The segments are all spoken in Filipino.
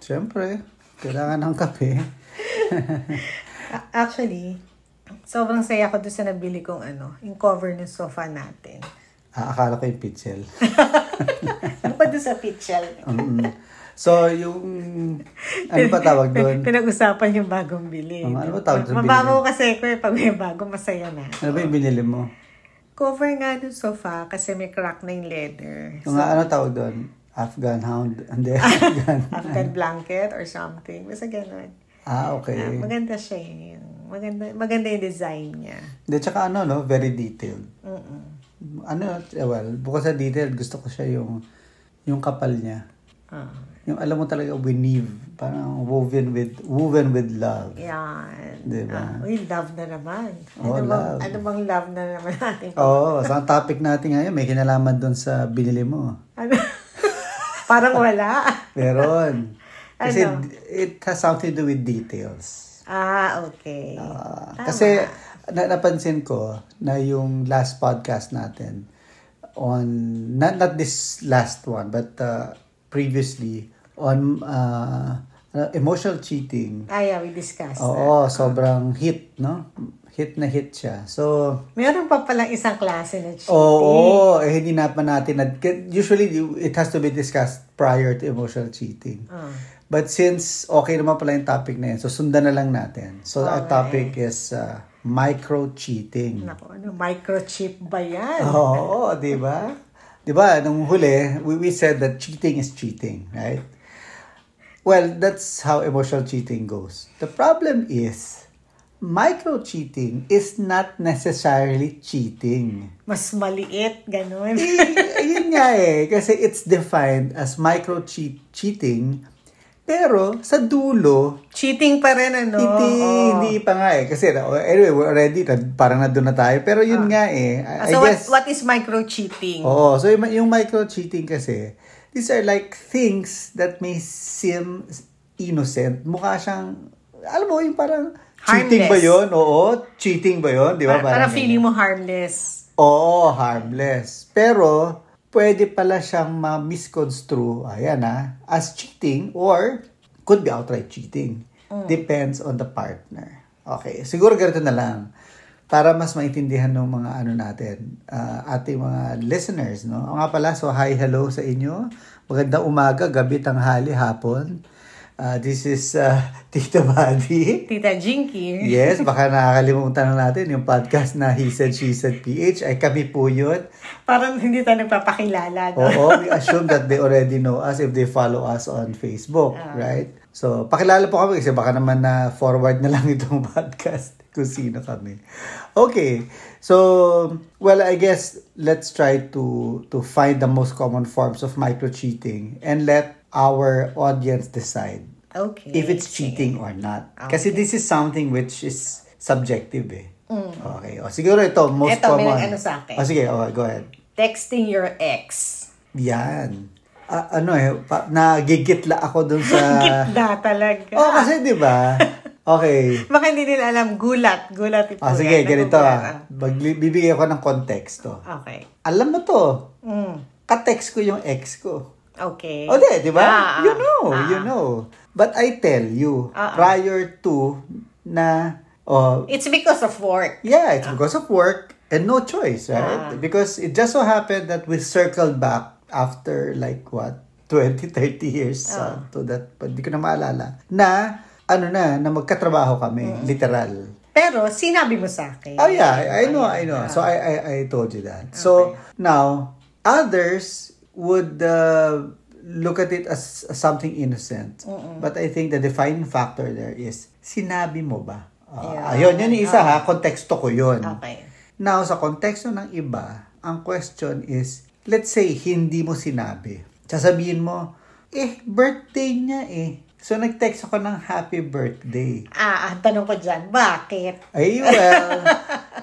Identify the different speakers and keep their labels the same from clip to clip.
Speaker 1: Siyempre, kailangan ng kape.
Speaker 2: A- Actually, sobrang saya ko doon sa nabili kong ano, yung cover ng sofa natin.
Speaker 1: Ah, akala ko yung pitchel.
Speaker 2: Bukod doon Ano sa pitchel.
Speaker 1: Mm. So, yung... Ano pa tawag doon?
Speaker 2: Pinag-usapan yung bagong bili.
Speaker 1: Ang ano ba tawag sa bili?
Speaker 2: Mababaw kasi ko eh, pag may bago, masaya na.
Speaker 1: Ano ba yung binili mo?
Speaker 2: Cover nga ng sofa kasi may crack na yung leather.
Speaker 1: Yung nga, ano tawag doon? Afghan hound. Hindi, Afghan.
Speaker 2: Afghan blanket or something. Basta ganun.
Speaker 1: ah,
Speaker 2: Ah,
Speaker 1: okay.
Speaker 2: maganda siya eh. Maganda, maganda yung design niya.
Speaker 1: Hindi, tsaka ano, no? Very detailed.
Speaker 2: Mm-mm.
Speaker 1: Ano, eh, well, bukas sa detailed, gusto ko siya yung yung kapal niya.
Speaker 2: Ah,
Speaker 1: Yung alam mo talaga, weave. Parang woven with, woven with love.
Speaker 2: yan.
Speaker 1: Diba?
Speaker 2: Ah, uy, love na naman.
Speaker 1: Oh,
Speaker 2: ano, bang,
Speaker 1: love.
Speaker 2: ano bang love na naman natin?
Speaker 1: Oo, oh, sa topic natin ngayon, may kinalaman doon sa binili mo.
Speaker 2: Ano? Parang wala.
Speaker 1: Meron. Kasi
Speaker 2: Ano?
Speaker 1: d- it has something to do with details.
Speaker 2: Ah, okay.
Speaker 1: Ah, kasi na, napansin ko na yung last podcast natin on not not this last one but uh, previously on uh, ano, emotional cheating.
Speaker 2: ah, yeah, we discussed that.
Speaker 1: Oo, sobrang hit, no? Hit na hit siya. So,
Speaker 2: Meron pa palang isang klase na cheating.
Speaker 1: Oo, eh, hindi na pa natin. na- Usually, it has to be discussed prior to emotional cheating.
Speaker 2: Ah.
Speaker 1: But since okay naman pala yung topic na yun, so sundan na lang natin. So, our topic is uh, micro-cheating.
Speaker 2: Nako, ano, microchip ba yan?
Speaker 1: Oo, di ba? Di ba, nung huli, we, we said that cheating is cheating, right? Well, that's how emotional cheating goes. The problem is, micro-cheating is not necessarily cheating.
Speaker 2: Mas maliit, ganun.
Speaker 1: Eh, yun nga eh. Kasi it's defined as micro-cheating. Pero sa dulo,
Speaker 2: cheating pa rin, ano?
Speaker 1: hindi,
Speaker 2: Oo.
Speaker 1: hindi pa nga eh. Kasi na- anyway, we're already, na- parang na doon na tayo. Pero yun nga eh. I,
Speaker 2: Ah,
Speaker 1: I
Speaker 2: So,
Speaker 1: guess, Oh,
Speaker 2: what, what is micro-cheating?
Speaker 1: oo. So yung, yung micro-cheating kasi, these are like things that may seem innocent. Mukha siyang, alam mo, yung parang, cheating
Speaker 2: Harmless.
Speaker 1: ba yun? Oo, cheating ba yun? Di ba?
Speaker 2: Para, para
Speaker 1: Parang
Speaker 2: feeling mo harmless.
Speaker 1: Oo, Oh, harmless. Pero, pwede pala siyang ma-misconstrue, ayan ah, as cheating or could be outright cheating. Depends on the partner. Okay, siguro ganito na lang. Para mas maintindihan ng mga ano natin, ah, ating mga listeners, no? O nga pala, so hi, hello sa inyo. Magandang umaga, gabi, tanghali, hapon. Ah, this is ah, Tita Buddy.
Speaker 2: Tita Jinky.
Speaker 1: Yes, baka nakakalimutan na natin yung podcast na He Said, She Said PH. Ay kami po yun.
Speaker 2: Parang hindi tayo nagpapakilala. No?
Speaker 1: Oo, we assume that they already know us if they follow us on Facebook, right? So, pakilala po kami kasi baka naman na forward na lang itong podcast kung sino kami. Okay. So, well, I guess let's try to to find the most common forms of micro-cheating and let our audience decide
Speaker 2: Okay.
Speaker 1: Oh. if it's cheating or not.
Speaker 2: Ah,
Speaker 1: Kasi this is something which is subjective eh. Okay. O, siguro ito, most
Speaker 2: Ito, Mm. may
Speaker 1: common.
Speaker 2: nag-ano sa akin.
Speaker 1: O, sige, o, go ahead.
Speaker 2: Texting your ex.
Speaker 1: Yan. Ah, ano eh, pa, nagigitla ako dun sa...
Speaker 2: Gitna talaga.
Speaker 1: Ah. oh, kasi di ba? Okay.
Speaker 2: Baka hindi nila alam. Gulat. Gulat ito.
Speaker 1: O, sige, ganito ah. Magli- bibigyan ko ng konteksto.
Speaker 2: Ah, Okay.
Speaker 1: Alam mo to,
Speaker 2: Mm.
Speaker 1: katext ko yung ex ko.
Speaker 2: Okay.
Speaker 1: O, di, di ba?
Speaker 2: Ah, ah.
Speaker 1: you know, you know. But I tell you,
Speaker 2: Ah, ah.
Speaker 1: prior to na, oh,
Speaker 2: It's because of work.
Speaker 1: Yeah, it's because of work and no choice, right?
Speaker 2: Ah.
Speaker 1: Because it just so happened that we circled back after like what 20, 30 years
Speaker 2: Oh.
Speaker 1: uh, to that, but di ko na maalala, na ano na, na magkatrabaho kami,
Speaker 2: Mm-hmm.
Speaker 1: literal.
Speaker 2: Pero sinabi mo sa akin.
Speaker 1: Oh yeah, I, I know, I know. So I, I, I told you that. So now, others would uh, look at it as something innocent. But I think the defining factor there is, sinabi mo ba? Ah,
Speaker 2: Yeah.
Speaker 1: Ayun, yun yung isa ha, konteksto ko yun.
Speaker 2: Okay.
Speaker 1: Now, sa konteksto ng iba, ang question is, let's say, hindi mo sinabi. Sasabihin mo, eh, birthday niya eh. So, nag-text ako ng happy birthday.
Speaker 2: Ah, ang tanong ko dyan, bakit?
Speaker 1: Ay, well,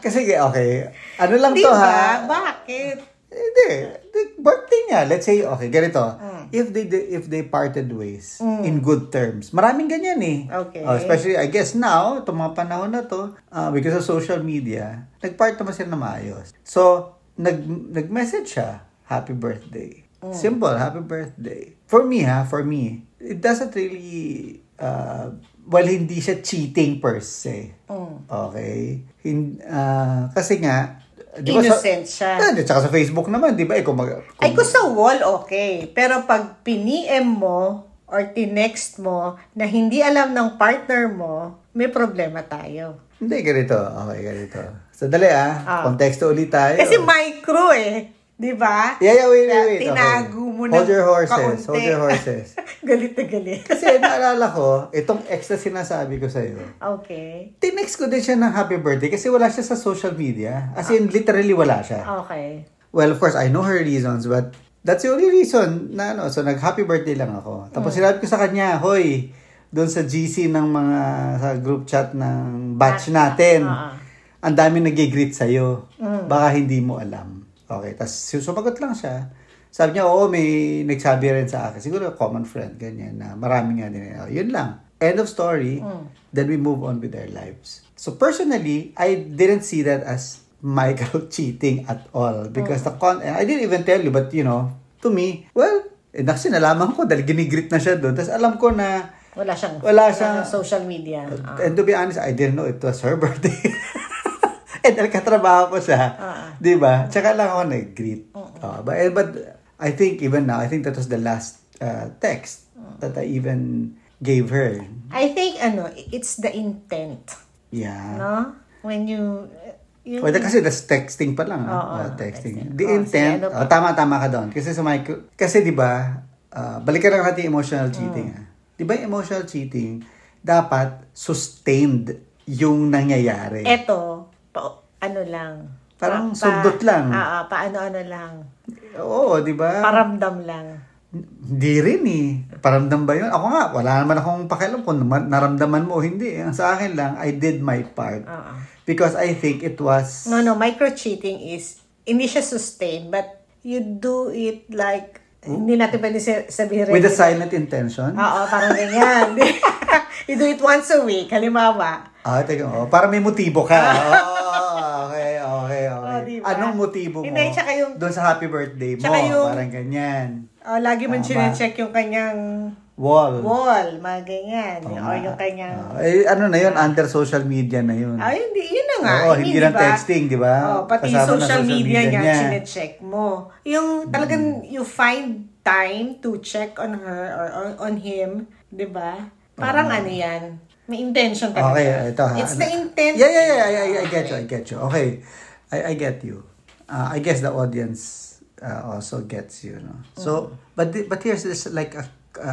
Speaker 1: kasi, okay, ano lang
Speaker 2: Di
Speaker 1: to
Speaker 2: ba?
Speaker 1: ha?
Speaker 2: Bakit?
Speaker 1: Hindi, the birthday niya. Let's say, okay, ganito.
Speaker 2: Hmm.
Speaker 1: If they if they parted ways in good terms, maraming ganyan eh.
Speaker 2: Okay.
Speaker 1: Oh, especially, I guess now, itong mga panahon na to, ah, because of social media, nagpart naman sila na maayos. So, nag, nag-message siya, happy birthday.
Speaker 2: Hmm.
Speaker 1: Simple, happy birthday. For me ha, for me, it doesn't really, uh, well, hindi siya cheating per se.
Speaker 2: Hmm.
Speaker 1: Okay? Hin, ah, kasi nga, di ba sa-
Speaker 2: Innocent siya.
Speaker 1: Ah, di, tsaka sa Facebook naman, di ba? Eh, kung mag, kung-
Speaker 2: Ay, kung sa wall, okay. Pero pag piniem mo or tinext mo na hindi alam ng partner mo, may problema tayo.
Speaker 1: Hindi, ganito. Okay, ganito. Sandali ah. Konteksto ulit tayo.
Speaker 2: Kasi micro eh. Di ba?
Speaker 1: Yeah, yeah, wait, wait, wait. Okay.
Speaker 2: Tinago mo na
Speaker 1: Hold your horses.
Speaker 2: kaunti.
Speaker 1: Hold your horses.
Speaker 2: galit na galit.
Speaker 1: Kasi naalala ko, itong ex na sinasabi ko sa'yo,
Speaker 2: Okay.
Speaker 1: tinext ko din siya ng happy birthday kasi wala siya sa social media. As in, literally wala siya.
Speaker 2: Okay.
Speaker 1: Well, of course, I know her reasons, but that's the only reason na ano. So, nag-happy birthday lang ako. Tapos
Speaker 2: Mm.
Speaker 1: sinabi ko sa kanya, Hoy, doon sa GC ng mga, sa group chat ng batch natin,
Speaker 2: ah,
Speaker 1: ang dami nag-greet sa'yo. Baka hindi mo alam. Okay, tapos sumagot lang siya. Sabi niya, oo, may nagsabi rin sa akin. Siguro, common friend, ganyan, na marami nga din. Oh, yun lang. End of story. Then we move on with their lives. So, personally, I didn't see that as Michael cheating at all. Because the con... and I didn't even tell you, but you know, to me, well, eh, naku, nalaman ko dahil ginigreet na siya doon. Tapos alam ko na,
Speaker 2: Wala siyang,
Speaker 1: Wala siyang-
Speaker 2: ng social media. Ah.
Speaker 1: And to be honest, I didn't know it was her birthday. And nagkatrabaho ko siya.
Speaker 2: Ah.
Speaker 1: Di ba? Tsaka lang ako nag-greet. Ah, but, eh, but I think even now, I think that was the last uh, text
Speaker 2: Ah.
Speaker 1: that I even gave her.
Speaker 2: I think, ano, it's the intent.
Speaker 1: Yeah.
Speaker 2: No? When you... eh, you
Speaker 1: Well, kasi that's texting pa lang.
Speaker 2: Oo,
Speaker 1: ah. Ah,
Speaker 2: oo,
Speaker 1: texting.
Speaker 2: texting.
Speaker 1: The
Speaker 2: Oh,
Speaker 1: intent,
Speaker 2: si ano pa?
Speaker 1: oh, tama-tama ka doon. Kasi sa micro, kasi di ba, ah, balikan lang natin yung emotional cheating. ah. Di ba yung emotional cheating, dapat sustained yung nangyayari.
Speaker 2: Eto, pa, ano lang.
Speaker 1: Parang sundot lang.
Speaker 2: Oo, ah, paano-ano lang.
Speaker 1: Oo, di ba?
Speaker 2: Paramdam lang.
Speaker 1: Hindi rin eh. Paramdam ba yun? Ako nga, wala naman akong pakialam kung naman- naramdaman mo o hindi. eh. Ang sa akin lang, I did my part.
Speaker 2: Oo.
Speaker 1: Because I think it was...
Speaker 2: No, no, micro-cheating is, hindi siya sustain, but you do it like, hindi natin pwede sa- sabihin
Speaker 1: Hmm? With a
Speaker 2: regular.
Speaker 1: silent intention.
Speaker 2: Oo, parang ganyan. you do it once a week, halimbawa.
Speaker 1: Ah, teka. Oh, para may motibo ka. oh, okay, okay, okay.
Speaker 2: Ah. Oh, diba?
Speaker 1: Anong motibo mo?
Speaker 2: Hindi, tsaka yung-
Speaker 1: Doon sa happy birthday mo.
Speaker 2: Tsaka yung-
Speaker 1: Parang ganyan.
Speaker 2: Oh, lagi mo
Speaker 1: Tama.
Speaker 2: check yung kanyang
Speaker 1: Wall.
Speaker 2: wall, mga ganyan.
Speaker 1: Tama.
Speaker 2: Or yung kanyang...
Speaker 1: Oh, eh, ano na yun? Under social media na yun.
Speaker 2: Ah, hindi, yun na nga. I
Speaker 1: Oo,
Speaker 2: mean,
Speaker 1: hindi
Speaker 2: di
Speaker 1: lang
Speaker 2: ba?
Speaker 1: texting, di ba?
Speaker 2: Oh, pati
Speaker 1: Kasama na
Speaker 2: social, media, niya,
Speaker 1: niya. Mm.
Speaker 2: chinecheck mo. Yung talagang you find time to check on her or on, on him, di ba? Parang ano yan, may intention talaga.
Speaker 1: Mm. Okay, ito ha.
Speaker 2: It's the intent.
Speaker 1: Yeah, yeah, yeah, yeah, yeah, I get you, I get you. Okay, I, I get you. Uh, I guess the audience uh, also gets you, no?
Speaker 2: Mm.
Speaker 1: So, but the- but here's this like a, a,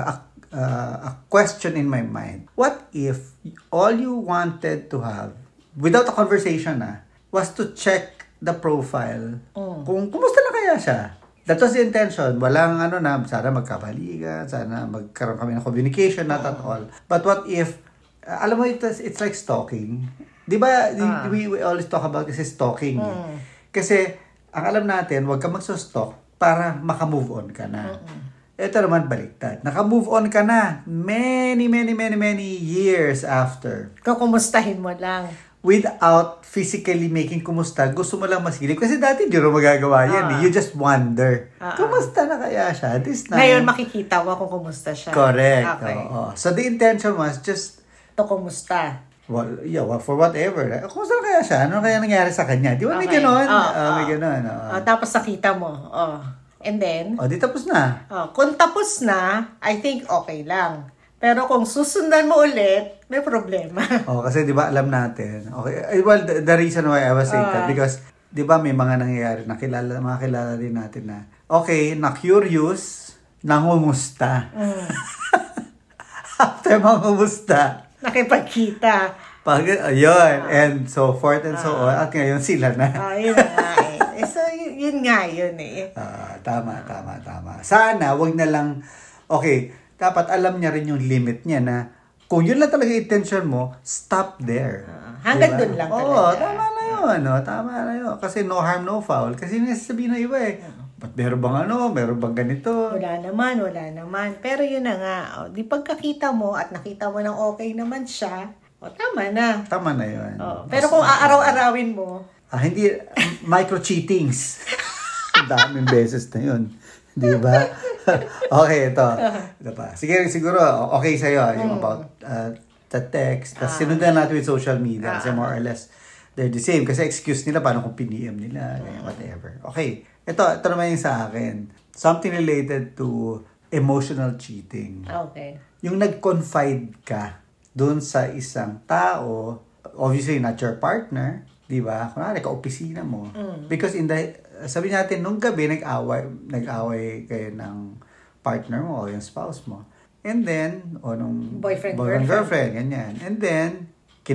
Speaker 1: a, a question in my mind. What if all you wanted to have, without a conversation, ah, was to check the profile,
Speaker 2: Mm.
Speaker 1: kung kumusta na kaya siya? That was the intention. Walang ano na, sana magkabaligan, sana magkaroon kami ng communication, not
Speaker 2: Mm.
Speaker 1: at all. But what if Uh, alam mo, it's, it's like stalking. Di ba,
Speaker 2: Ah.
Speaker 1: y- we, we always talk about kasi stalking. eh.
Speaker 2: Mm.
Speaker 1: Kasi, ang alam natin, huwag ka magsustalk para makamove on ka na. Ito naman, baliktad. Nakamove on ka na many, many, many, many years after
Speaker 2: Kukumustahin mo lang.
Speaker 1: without physically making kumusta, gusto mo lang masilip. Kasi dati di mo magagawa yan.
Speaker 2: Ah.
Speaker 1: eh. You just wonder, kumusta na kaya siya? This time.
Speaker 2: Ngayon makikita mo kung kumusta siya.
Speaker 1: Correct.
Speaker 2: Okay.
Speaker 1: oo. So, the intention was just
Speaker 2: Ito kumusta.
Speaker 1: Well, yeah, well, for whatever. Eh, Kumusta na kaya siya? Ano kaya nangyari sa kanya? Di ba may
Speaker 2: Okay.
Speaker 1: ganon?
Speaker 2: Oo,
Speaker 1: Ah, may
Speaker 2: oo.
Speaker 1: ganon. oo.
Speaker 2: Oh, tapos nakita mo. Oh. And then,
Speaker 1: O, di tapos na.
Speaker 2: Oh, kung tapos na, I think okay lang. Pero kung susundan mo ulit, may problema.
Speaker 1: O, Oh, kasi di ba alam natin. Okay, eh, well, the, the reason why I was saying that, because di ba may mga nangyayari na kilala, mga kilala din natin na, okay, na-curious, nangumusta. After mangumusta,
Speaker 2: Nakipagkita.
Speaker 1: pag, ayun, and so forth and so on. At ngayon sila na.
Speaker 2: Oh, yun nga eh. Eh, So, yun, yun nga yun eh.
Speaker 1: Ah, tama, tama, tama. Sana, wag na lang, okay, dapat alam niya rin yung limit niya na kung yun lang talaga yung intention mo, stop there.
Speaker 2: Ah,
Speaker 1: Diba?
Speaker 2: hanggang dun lang
Speaker 1: Oo,
Speaker 2: talaga.
Speaker 1: tama na yun. No? Tama na yun. Kasi no harm, no foul. Kasi yun yung sasabihin ng iba eh. Ba't meron bang ano? Meron bang ganito?
Speaker 2: Wala naman, wala naman. Pero yun na nga, oh, di pagkakita mo at nakita mo ng okay naman siya, oh, tama na.
Speaker 1: Tama na yun.
Speaker 2: Oh, pero kung aaraw-arawin mo,
Speaker 1: Ah, hindi, micro-cheatings. Ang daming beses na yun. Di ba? okay, ito. Ito pa. Sige, siguro, okay sa'yo yung about uh, the text. Tapos sinundan natin with social media kasi more or less they're the same. Kasi excuse nila paano kung PDM nila, ganyan, whatever. Okay, ito, ito naman yung sa akin. Something related to emotional cheating.
Speaker 2: ah, Okay.
Speaker 1: Yung nag-confide ka doon sa isang tao, obviously not your partner, di ba? Kunwari, ka-opisina mo.
Speaker 2: Mm.
Speaker 1: Because in the, sabi natin, nung gabi, nag-away, nag-away kayo ng partner mo o yung spouse mo. And then, o nung
Speaker 2: Boyfriend, girlfriend.
Speaker 1: boyfriend, girlfriend, eh, ganyan. And then,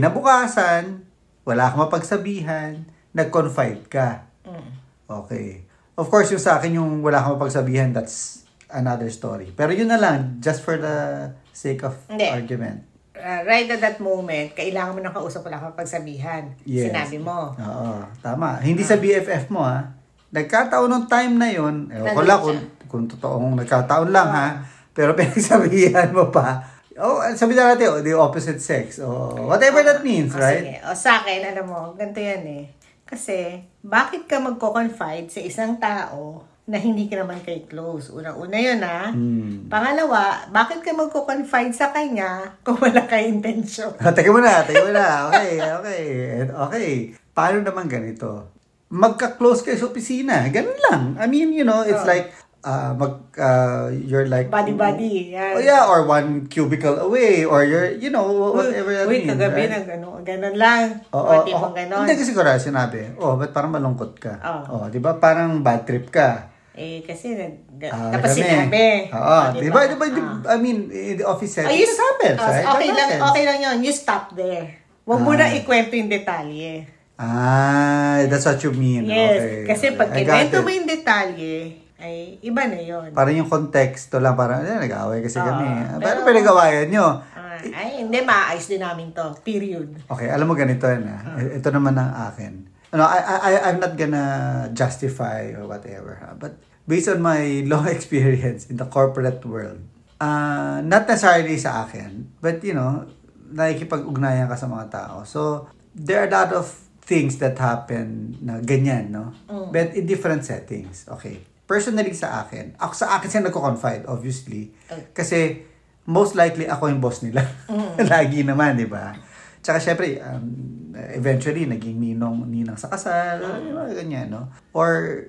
Speaker 1: kinabukasan, wala kang mapagsabihan, nag-confide ka.
Speaker 2: Mm.
Speaker 1: Okay. Of course, yung sa akin, yung wala kang mapagsabihan, that's another story. Pero yun na lang, just for the sake of
Speaker 2: Hindi.
Speaker 1: argument.
Speaker 2: Uh, right at that moment, kailangan mo nang kausap wala kang pagsabihan.
Speaker 1: Yes.
Speaker 2: Sinabi mo. Ah.
Speaker 1: Oo, tama. Hindi sa BFF mo, ha? Nagkataon ng time na yun, ewan
Speaker 2: Nandun
Speaker 1: ko
Speaker 2: Ah.
Speaker 1: lang kung, kung totoong nagkataon lang, ha? Pero pinagsabihan mo pa, oh, sabi na natin, oh, the opposite sex, oh, whatever that means,
Speaker 2: O, Ah,
Speaker 1: right?
Speaker 2: Sige. O sa akin, alam mo, ganito yan eh. Kasi, bakit ka magko-confide sa isang tao na hindi ka naman kay close? Unang-una yun ah.
Speaker 1: Hmm.
Speaker 2: Pangalawa, bakit ka magko-confide sa kanya kung wala ka intention?
Speaker 1: Ah, Teka mo na, teka mo na. Okay, okay. And Okay. Paano naman ganito? Magka-close kayo sa opisina. Ganun lang. I mean, you know,
Speaker 2: Oh.
Speaker 1: it's like, uh, mag, uh, you're like...
Speaker 2: Body-body, yan.
Speaker 1: Oh yeah, or one cubicle away, or you're, you know, whatever that
Speaker 2: Uy,
Speaker 1: means,
Speaker 2: kagabi
Speaker 1: right?
Speaker 2: nag ano, ganun lang. o,
Speaker 1: Oo, oo,
Speaker 2: tipong
Speaker 1: oo.
Speaker 2: ganun.
Speaker 1: Hindi kasi kurang sinabi, oh, ba't parang malungkot ka?
Speaker 2: Oo.
Speaker 1: Oh, di ba? Parang bad trip ka.
Speaker 2: Eh, kasi, nag,
Speaker 1: Ah,
Speaker 2: tapos
Speaker 1: kami.
Speaker 2: sinabi. Oh,
Speaker 1: Oo,
Speaker 2: O,
Speaker 1: di ba? Di ba, di- I mean, in the office setting,
Speaker 2: Ayun,
Speaker 1: it happens,
Speaker 2: Oh,
Speaker 1: right?
Speaker 2: Ah. Okay
Speaker 1: That
Speaker 2: lang,
Speaker 1: happens.
Speaker 2: okay lang yun. You stop there. Huwag mo na ikwento yung detalye.
Speaker 1: Ah, that's what you mean.
Speaker 2: Yes.
Speaker 1: Okay,
Speaker 2: Kasi
Speaker 1: okay.
Speaker 2: pag
Speaker 1: I got
Speaker 2: kinento
Speaker 1: it.
Speaker 2: mo yung detalye, ay iba na yun.
Speaker 1: Parang yung konteksto lang, parang, eh, nag-away kasi kami. Ah, Pero
Speaker 2: pero-
Speaker 1: pinag-awayan nyo.
Speaker 2: Ah, ay, hindi, maayos din namin to. Period.
Speaker 1: Okay, alam mo ganito yan ah. Ito naman ang akin. Ano, I, I, I- I'm not gonna justify or whatever. ah, But based on my long experience in the corporate world, ah not necessarily sa akin, but you know, nakikipag-ugnayan ka sa mga tao. So, there are a lot of things that happen na ganyan, no? But in different settings. Okay. Personally sa akin, ako sa akin siya nagko-confide, obviously. Kasi most likely ako yung boss nila. Lagi naman, di ba? Tsaka syempre, um, eventually, naging ninong, ninang sa kasal, yung mga ganyan, no? Or,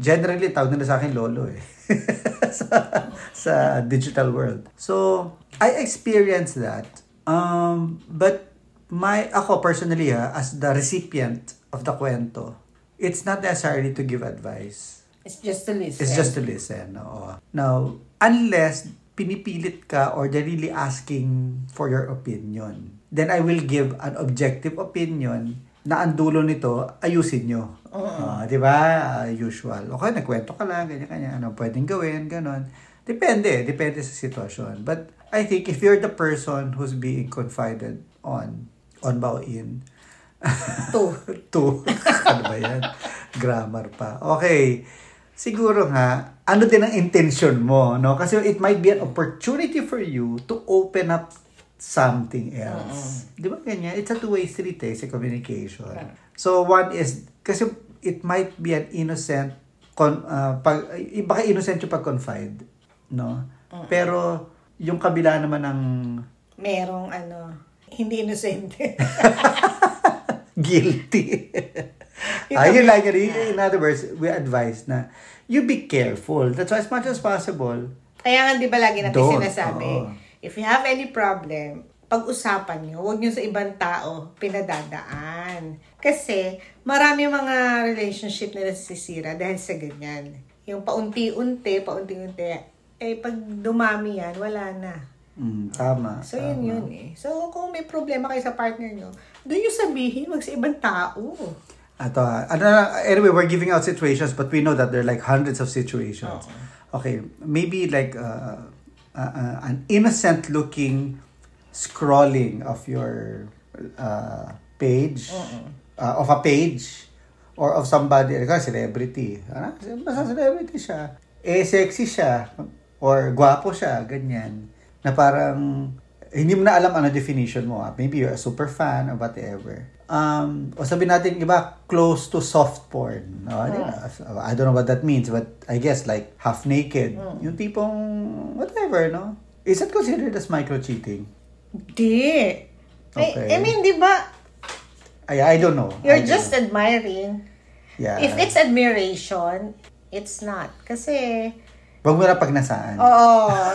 Speaker 1: generally, tawag nila sa akin lolo eh. sa, sa digital world. So, I experienced that. Um, but, my, ako personally ha, as the recipient of the kwento, it's not necessarily to give advice.
Speaker 2: It's just a list.
Speaker 1: It's just to listen. Oo. Now, unless pinipilit ka or they're really asking for your opinion, then I will give an objective opinion na ang dulo nito, ayusin nyo. Ah, di ba? Ah, usual. Okay, nagkwento ka lang, ganyan-ganyan. Ano pwedeng gawin, ganon. Depende. Depende sa sitwasyon. But I think if you're the person who's being confided on, on ba o in,
Speaker 2: Two.
Speaker 1: Two. ano ba yan? Grammar pa. Okay. Siguro nga, ano din ang intention mo, no? Kasi it might be an opportunity for you to open up something else. Di ba ganyan? It's a two-way street eh, sa communication. So, one is, kasi it might be an innocent, con, ah, pag, eh, baka innocent yung pag-confide, no? Pero, yung kabila naman ng
Speaker 2: Merong ano, hindi inosente.
Speaker 1: guilty. Ayun lang yun. In other words, we advise na you be careful. That's why as much as possible,
Speaker 2: Kaya nga, di ba lagi natin
Speaker 1: Don't,
Speaker 2: sinasabi,
Speaker 1: oo.
Speaker 2: if you have any problem, pag-usapan nyo, huwag nyo sa ibang tao pinadadaan. Kasi, marami mga relationship na nasisira dahil sa ganyan. Yung paunti-unti, paunti-unti, eh pag dumami yan, wala na.
Speaker 1: mm, tama.
Speaker 2: So, yun yun eh. So, kung may problema kayo sa partner nyo, doon nyo sabihin, wag sa ibang tao.
Speaker 1: Ato, ah, ano, na- anyway, we're giving out situations, but we know that there are like hundreds of
Speaker 2: Oh.
Speaker 1: situations. Okay, maybe like uh, uh, uh, an innocent looking scrolling of your uh, page, uh, of a page, or of somebody, like a celebrity. Ano? Basta celebrity siya. Eh, sexy siya, or gwapo siya, ganyan. Na parang, Eh, hindi mo na alam ano definition mo. ah. Maybe you're a super fan or whatever. Um, o sabi natin, iba, close to soft porn. No? I, don't
Speaker 2: Hmm.
Speaker 1: know, I don't know what that means, but I guess like half naked.
Speaker 2: Hmm.
Speaker 1: Yung tipong whatever, no? Is that considered as micro-cheating?
Speaker 2: Di. Ay,
Speaker 1: Okay.
Speaker 2: I mean, di ba,
Speaker 1: I, I don't know. I
Speaker 2: you're
Speaker 1: don't
Speaker 2: just
Speaker 1: know.
Speaker 2: admiring.
Speaker 1: Yeah.
Speaker 2: If it's admiration, it's not. Kasi,
Speaker 1: Huwag mo na pagnasaan.
Speaker 2: oo,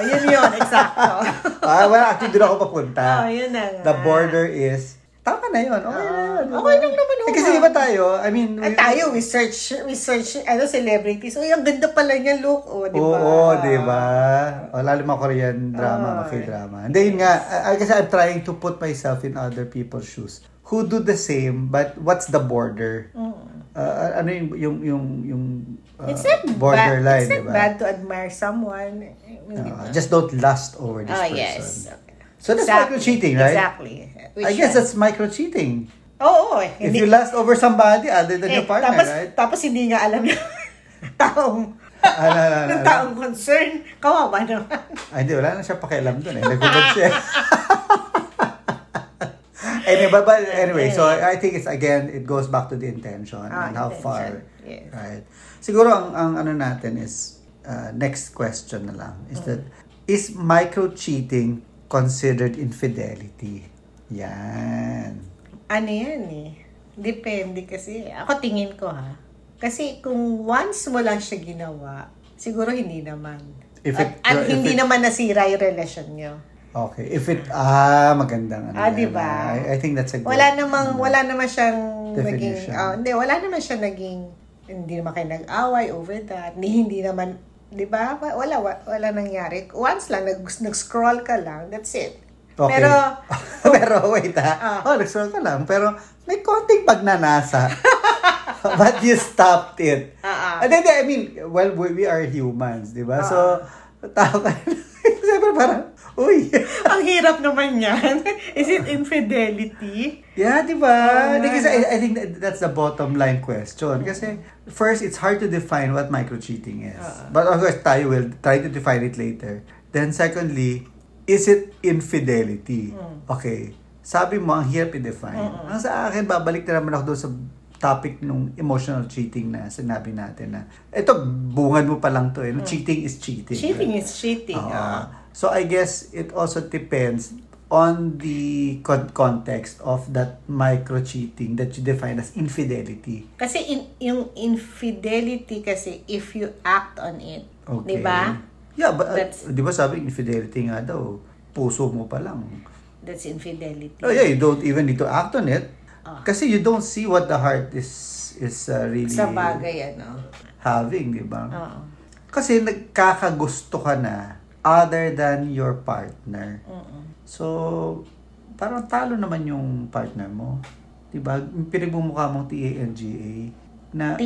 Speaker 2: yun yun, exacto.
Speaker 1: Ah, well, actually, doon ako papunta.
Speaker 2: Oo, Ah, yun na nga.
Speaker 1: The border is, tama na yun. Okay na yun.
Speaker 2: Oo. Ah, Okay lang naman,
Speaker 1: Eh, kasi
Speaker 2: Uma.
Speaker 1: iba tayo, I mean,
Speaker 2: At tayo, we search, we search, ano, celebrities. Uy, ang ganda pala niya look, oh, di ba?
Speaker 1: Oo, di ba? O, lalo mga Korean drama,
Speaker 2: Oo.
Speaker 1: mga K-drama. Hindi, yun nga. I, I guess I'm trying to put myself in other people's shoes who do the same, but what's the border? Uh, ano yung, yung, yung, yung uh,
Speaker 2: Mm. It's not
Speaker 1: borderline,
Speaker 2: bad. It's
Speaker 1: di
Speaker 2: not
Speaker 1: ba?
Speaker 2: bad to admire someone.
Speaker 1: Uh, just don't lust over Ah, this
Speaker 2: oh,
Speaker 1: person.
Speaker 2: yes. Okay.
Speaker 1: So that's micro-cheating, right?
Speaker 2: Exactly. Which
Speaker 1: I guess
Speaker 2: one?
Speaker 1: that's micro-cheating.
Speaker 2: Oo. Oh, eh,
Speaker 1: If you lust over somebody other than your partner,
Speaker 2: tapos,
Speaker 1: right?
Speaker 2: Tapos hindi nga alam yung taong,
Speaker 1: Ano, ano, ano,
Speaker 2: yung
Speaker 1: ano?
Speaker 2: taong concern. Kawawa naman.
Speaker 1: Ay, hindi, wala na siya pakialam dun eh. Nagulat siya. anyway, but, but anyway, so I think it's again, it goes back to the intention
Speaker 2: Ah,
Speaker 1: and how
Speaker 2: intention.
Speaker 1: far.
Speaker 2: Yes.
Speaker 1: Right. Siguro ang, ang ano natin is, uh, next question na lang, is that,
Speaker 2: Mm.
Speaker 1: is micro-cheating considered infidelity? Yan.
Speaker 2: ano yan eh. Depende kasi. Ako tingin ko ha. Kasi kung once mo lang siya ginawa, siguro hindi naman.
Speaker 1: If
Speaker 2: at,
Speaker 1: it-
Speaker 2: at
Speaker 1: if
Speaker 2: hindi
Speaker 1: it-
Speaker 2: naman nasira yung relasyon nyo.
Speaker 1: Okay. If it, ah, magandang ano.
Speaker 2: Ah,
Speaker 1: yan,
Speaker 2: di ba?
Speaker 1: I, I think that's a good.
Speaker 2: Wala namang, wala naman siyang
Speaker 1: Mm. Definition.
Speaker 2: naging, ah, hindi, wala naman siya naging, hindi naman kayo nag-away over that. Hindi, hindi naman, di ba? Wa- Wala, wa- wala nangyari. Once lang, nag, nag-scroll ka lang, that's it.
Speaker 1: Okay.
Speaker 2: Pero,
Speaker 1: pero wait ha.
Speaker 2: Ah.
Speaker 1: Oh, nagsulat ka lang. Pero may konting pagnanasa. But you stopped it.
Speaker 2: Ah, Ah, ah.
Speaker 1: And then, I mean, well, we, we are humans, di ba? So, tao ka Siyempre parang, uy.
Speaker 2: ang hirap naman yan. Is it infidelity?
Speaker 1: Yeah, di ba?
Speaker 2: Oo nga,
Speaker 1: Because I, I think that- that's the bottom line question. Kasi first, it's hard to define what micro-cheating is.
Speaker 2: Uh-huh.
Speaker 1: But of course, tayo will try to define it later. Then secondly, is it infidelity?
Speaker 2: Hmm.
Speaker 1: Okay. Sabi mo, ang hirap i-define. Ang sa akin, babalik na naman ako doon sa topic nung emotional cheating na sinabi natin na ito, bungad mo pa lang to eh. Cheating is cheating.
Speaker 2: Hmm. Cheating is cheating.
Speaker 1: Oo.
Speaker 2: ah.
Speaker 1: So I guess it also depends on the con- context of that micro cheating that you define as infidelity.
Speaker 2: Kasi in, yung infidelity kasi if you act on it,
Speaker 1: Okay.
Speaker 2: 'di ba?
Speaker 1: Yeah, but uh,
Speaker 2: Diba? That's-
Speaker 1: di ba sabi infidelity nga daw, puso mo pa lang.
Speaker 2: That's infidelity.
Speaker 1: Oh yeah, you don't even need to act on it.
Speaker 2: Ah.
Speaker 1: Kasi you don't see what the heart is is uh, really
Speaker 2: Sa bagay ano.
Speaker 1: having, di ba?
Speaker 2: Oo.
Speaker 1: Kasi nagkakagusto ka na other than your partner. So, parang talo naman yung partner mo. Diba? Pinagmumukha mong T-A-N-G-A na...
Speaker 2: T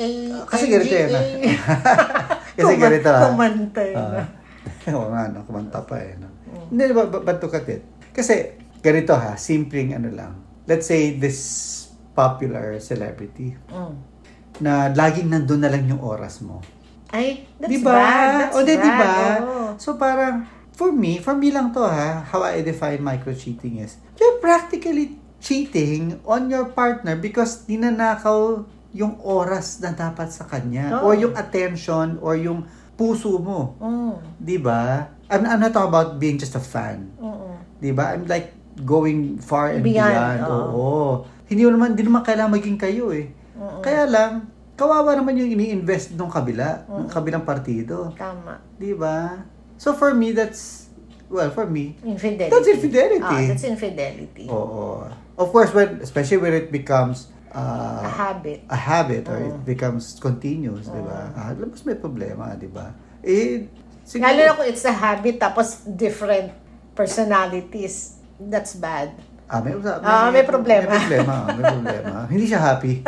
Speaker 2: A
Speaker 1: Kasi ganito yan. ah. Kasi ganito ah.
Speaker 2: Kumanta yun.
Speaker 1: Ah. Oo nga, no? kumanta pa eh. No?
Speaker 2: Mm.
Speaker 1: Hindi, ba, ba, ba't tukatit? Kasi, ganito ha, simpleng ano lang. Let's say this popular celebrity
Speaker 2: Mm.
Speaker 1: na laging nandun na lang yung oras mo.
Speaker 2: Ay, that's
Speaker 1: Diba?
Speaker 2: bad. That's
Speaker 1: o, di,
Speaker 2: bad. Oh.
Speaker 1: diba?
Speaker 2: Oo.
Speaker 1: So, parang, for me, for me lang to ha, how I define micro-cheating is, you're practically cheating on your partner because ninanakaw yung oras na dapat sa kanya
Speaker 2: Oh.
Speaker 1: or yung attention or yung puso mo.
Speaker 2: Mm.
Speaker 1: Diba? I'm, I'm not talking about being just a fan.
Speaker 2: Mm-mm.
Speaker 1: Diba? I'm like going far and beyond.
Speaker 2: Beyond,
Speaker 1: Oo.
Speaker 2: oo.
Speaker 1: Hindi mo naman, di naman kailangan maging kayo eh. Kaya lang, kawawa naman yung ini-invest nung kabila, nung kabilang partido.
Speaker 2: Tama.
Speaker 1: Diba? So for me, that's, well, for me,
Speaker 2: Infidelity.
Speaker 1: That's infidelity. Oh,
Speaker 2: Ah, that's infidelity.
Speaker 1: oo. Of course, when, especially when it becomes
Speaker 2: A
Speaker 1: uh,
Speaker 2: habit.
Speaker 1: a habit or it becomes continuous, diba? Ah, mas may problema, diba? Eh, siguro-
Speaker 2: Lalo na kung it's a habit tapos different personalities. That's bad.
Speaker 1: Ah, may, may,
Speaker 2: Ah, may problema.
Speaker 1: May problema, ah, may problema. Hindi siya happy.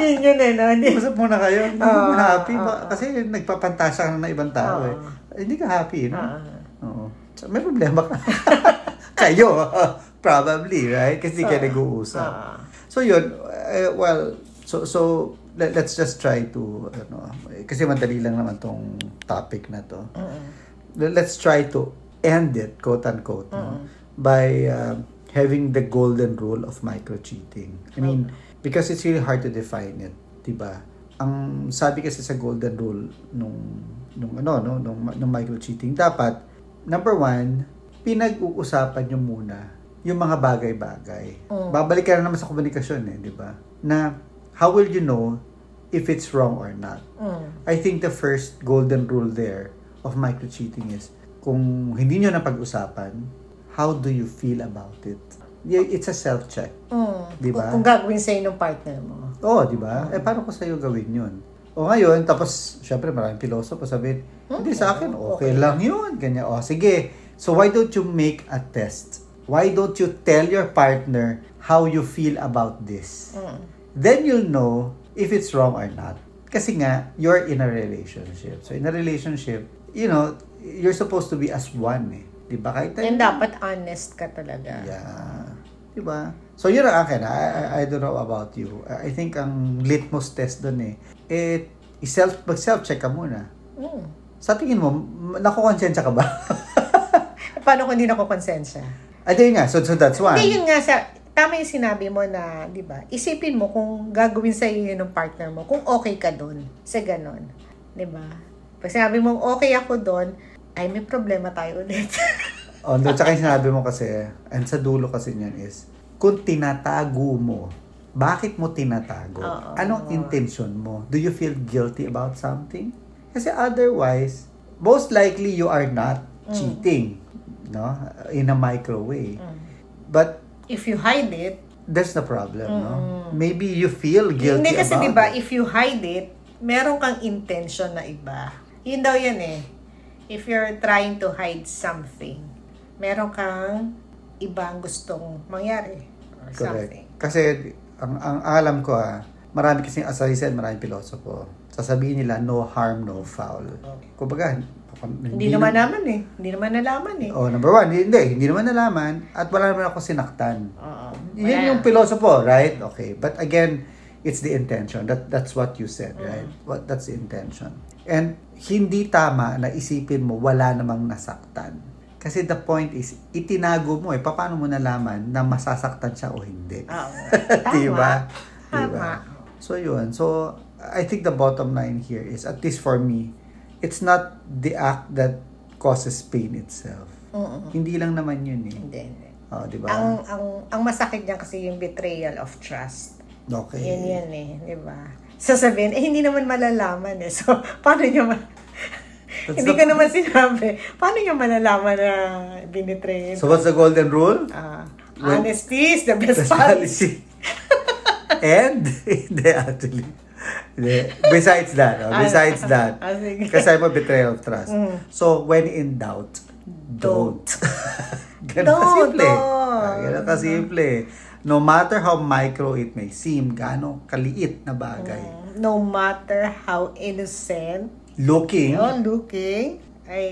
Speaker 2: Yun yun eh, no? Hindi-
Speaker 1: Usap muna kayo. Hindi ka
Speaker 2: Oo,
Speaker 1: muna happy. Ba- Kasi nagpapantasya ka na ng ibang tao eh.
Speaker 2: Oo.
Speaker 1: Hindi ka happy, no?
Speaker 2: Ah.
Speaker 1: Oo. So, may problema ka. kayo, probably, right? Kasi hindi
Speaker 2: Ah.
Speaker 1: kayo nag-uusap.
Speaker 2: Oo.
Speaker 1: So yun, eh, well, so so let, let's just try to ano, eh, kasi madali lang naman tong topic na to. Let- Let's try to end it, quote unquote, no, by uh, having the golden rule of micro cheating. I mean, because it's really hard to define it, 'di ba? Ang sabi kasi sa golden rule nung nung ano no nung, nung micro cheating dapat number one, pinag-uusapan nyo muna yung mga bagay-bagay. Babalik ka na naman sa komunikasyon eh, di ba? Na how will you know if it's wrong or not?
Speaker 2: Mm.
Speaker 1: I think the first golden rule there of micro-cheating is kung hindi nyo napag-usapan, how do you feel about it? Yeah, It's a self-check.
Speaker 2: Mm.
Speaker 1: Di ba?
Speaker 2: Kung, kung gagawin sa'yo ng partner mo.
Speaker 1: Oo, di ba? Eh, paano ko sa'yo gawin yun? O ngayon, tapos, syempre, maraming pilosopo sabihin, hindi sa akin, okay, lang yun. Ganyan, o sige. So, why don't you make a test? Why don't you tell your partner how you feel about this?
Speaker 2: Hmm. Mm.
Speaker 1: Then you'll know if it's wrong or not. Kasi nga, you're in a relationship. So, in a relationship, you know, you're supposed to be as one eh. Di ba? Kahit tayo-
Speaker 2: And dapat honest ka talaga.
Speaker 1: Yeah. Diba? So, yun ang akin. I, I, I don't know about you. I I think ang litmus test dun eh, eh, i-self, mag-self-check ka muna.
Speaker 2: Mm.
Speaker 1: Sa tingin mo, m- nakukonsensya ka ba?
Speaker 2: Paano kung hindi nakukonsensya?
Speaker 1: Ay, di yun nga. So, so that's one.
Speaker 2: Hindi, yun nga sa... Tama yung sinabi mo na, di ba, isipin mo kung gagawin sa iyo yun ng partner mo, kung okay ka doon sa ganon. Di ba? Pag sinabi mong okay ako doon, ay may problema tayo ulit.
Speaker 1: Oh, no, tsaka yung sinabi mo kasi, and sa dulo kasi niyan is, kung tinatago mo, bakit mo tinatago?
Speaker 2: Oo.
Speaker 1: Anong intention mo? Do you feel guilty about something? Kasi otherwise, most likely you are not
Speaker 2: Mm.
Speaker 1: cheating, no? In a micro way.
Speaker 2: Mm.
Speaker 1: But
Speaker 2: If you hide it,
Speaker 1: that's the problem, no? Maybe you feel guilty
Speaker 2: Mm. Hindi kasi diba,
Speaker 1: about
Speaker 2: 'di ba
Speaker 1: it.
Speaker 2: if you hide it, meron kang intention na iba. Yun daw 'yan eh. If you're trying to hide something, meron kang ibang gustong mangyari or
Speaker 1: Correct.
Speaker 2: something.
Speaker 1: Kasi ang, ang alam ko ah, marami kasi as I said, maraming pilosopo. Sasabihin nila, no harm, no foul. Kumbaga,
Speaker 2: Hindi naman naman eh. Hindi naman nalaman eh.
Speaker 1: Oh, number one, hindi, hindi naman nalaman at wala naman ako sinaktan.
Speaker 2: Oo.
Speaker 1: Yun yung pilosopo, right? Okay. But again, it's the intention. That that's what you said,
Speaker 2: Mm.
Speaker 1: right? What that's the intention. And hindi tama na isipin mo wala namang nasaktan. Kasi the point is, itinago mo eh. Paano mo nalaman na masasaktan siya o hindi?
Speaker 2: Oo. Tama.
Speaker 1: diba?
Speaker 2: Tama.
Speaker 1: Diba? So yun. So I think the bottom line here is at least for me, it's not the act that causes pain itself. Hindi lang naman yun eh.
Speaker 2: Hindi, hindi.
Speaker 1: Oh, di
Speaker 2: Ang
Speaker 1: ba?
Speaker 2: ang ang masakit niya kasi yung betrayal of trust.
Speaker 1: Okay.
Speaker 2: Yun yun eh, 'di ba? Sasabihin, eh hindi naman malalaman eh. So, paano niya ma-
Speaker 1: That's
Speaker 2: hindi
Speaker 1: the-
Speaker 2: ko naman sinabi. Paano niya malalaman na binitray?
Speaker 1: So what's the golden rule?
Speaker 2: Ah, honesty is the best policy.
Speaker 1: Personality. And, hindi actually. Hindi. Besides that, oh, besides that.
Speaker 2: Ah, sige. Mm.
Speaker 1: Kasi mo betrayal of trust. So, when in doubt, don't.
Speaker 2: Don't.
Speaker 1: ganun ka
Speaker 2: Don't,
Speaker 1: simple.
Speaker 2: don't.
Speaker 1: Ah, Ganun ka simple. No matter how micro it may seem, gaano kaliit na bagay.
Speaker 2: No matter how innocent
Speaker 1: Looking,
Speaker 2: you're looking, eh. ay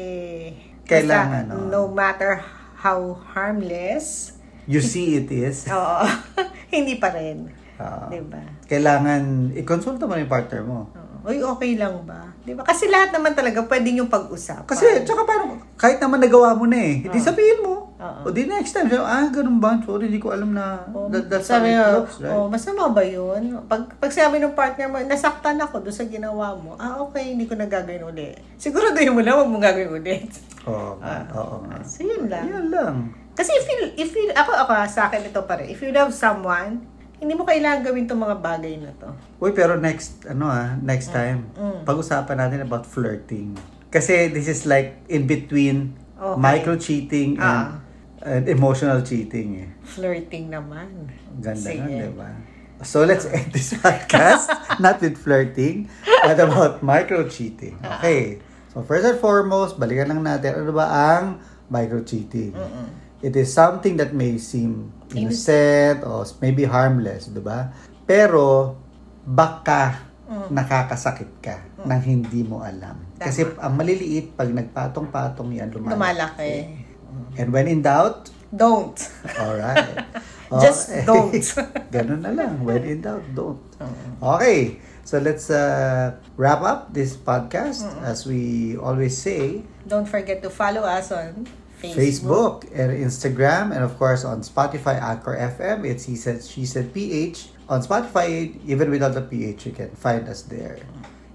Speaker 1: Kailangan,
Speaker 2: basta,
Speaker 1: oh.
Speaker 2: no matter how harmless,
Speaker 1: you see it is.
Speaker 2: oo, hindi pa rin.
Speaker 1: Ah.
Speaker 2: diba?
Speaker 1: Kailangan, ikonsulta mo na yung partner mo.
Speaker 2: Oo. Uy, okay lang ba? Diba? Kasi lahat naman talaga pwede niyong pag-usapan.
Speaker 1: Kasi, tsaka parang, kahit naman nagawa mo na eh, di sabihin mo. O di next time, sabi, ah, ganun ba? Sorry, di ko alam na
Speaker 2: Oh,
Speaker 1: that, that's how
Speaker 2: sabi
Speaker 1: it
Speaker 2: niya,
Speaker 1: looks, right?
Speaker 2: Oh, masama ba yun? Pag, pag sabi ng partner mo, nasaktan ako doon sa ginawa mo. Ah, okay, hindi ko na gagawin uli. Siguro doon mo lang, huwag mong gagawin ulit.
Speaker 1: Oo, nga, oo nga.
Speaker 2: Ah, So, yun lang.
Speaker 1: Yan lang.
Speaker 2: Kasi if you, if you, ako, ako, ah, sa akin ito pa rin. If you love someone, hindi mo kailangan gawin itong mga bagay na to.
Speaker 1: Uy, pero next, ano ah, next time,
Speaker 2: mm.
Speaker 1: pag-usapan natin about flirting. Kasi this is like in between
Speaker 2: Okay. Ah.
Speaker 1: micro-cheating and, and emotional cheating eh.
Speaker 2: Flirting naman.
Speaker 1: Ang Ganda
Speaker 2: Sige.
Speaker 1: nun, eh. di ba? So let's end this podcast, not with flirting, but about micro-cheating. Okay. So first and foremost, balikan lang natin, ano ba ang micro-cheating? It is something that may seem innocent or maybe harmless, di ba? Pero baka nakakasakit ka nang hindi mo alam. Kasi ang maliliit, pag nagpatong-patong yan, lumalaki.
Speaker 2: Lumalaki.
Speaker 1: And when in doubt,
Speaker 2: Don't.
Speaker 1: Alright.
Speaker 2: Just
Speaker 1: Okay.
Speaker 2: don't.
Speaker 1: Ganun na lang. When in doubt, don't. Okay. So let's uh, wrap up this podcast. As we always say,
Speaker 2: Don't forget to follow us on
Speaker 1: Facebook. and Instagram, and of course on Spotify, Anchor FM. It's He Said, She Said PH. On Spotify, even without the PH, you can find us there.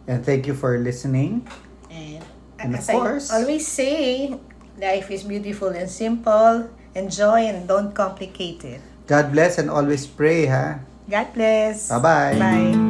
Speaker 1: And thank you for listening.
Speaker 2: And,
Speaker 1: And
Speaker 2: as
Speaker 1: of course-
Speaker 2: I always say, life is beautiful and simple. Enjoy and don't complicate it.
Speaker 1: God bless and always pray, ha?
Speaker 2: God bless.
Speaker 1: Bye-bye.
Speaker 2: Bye.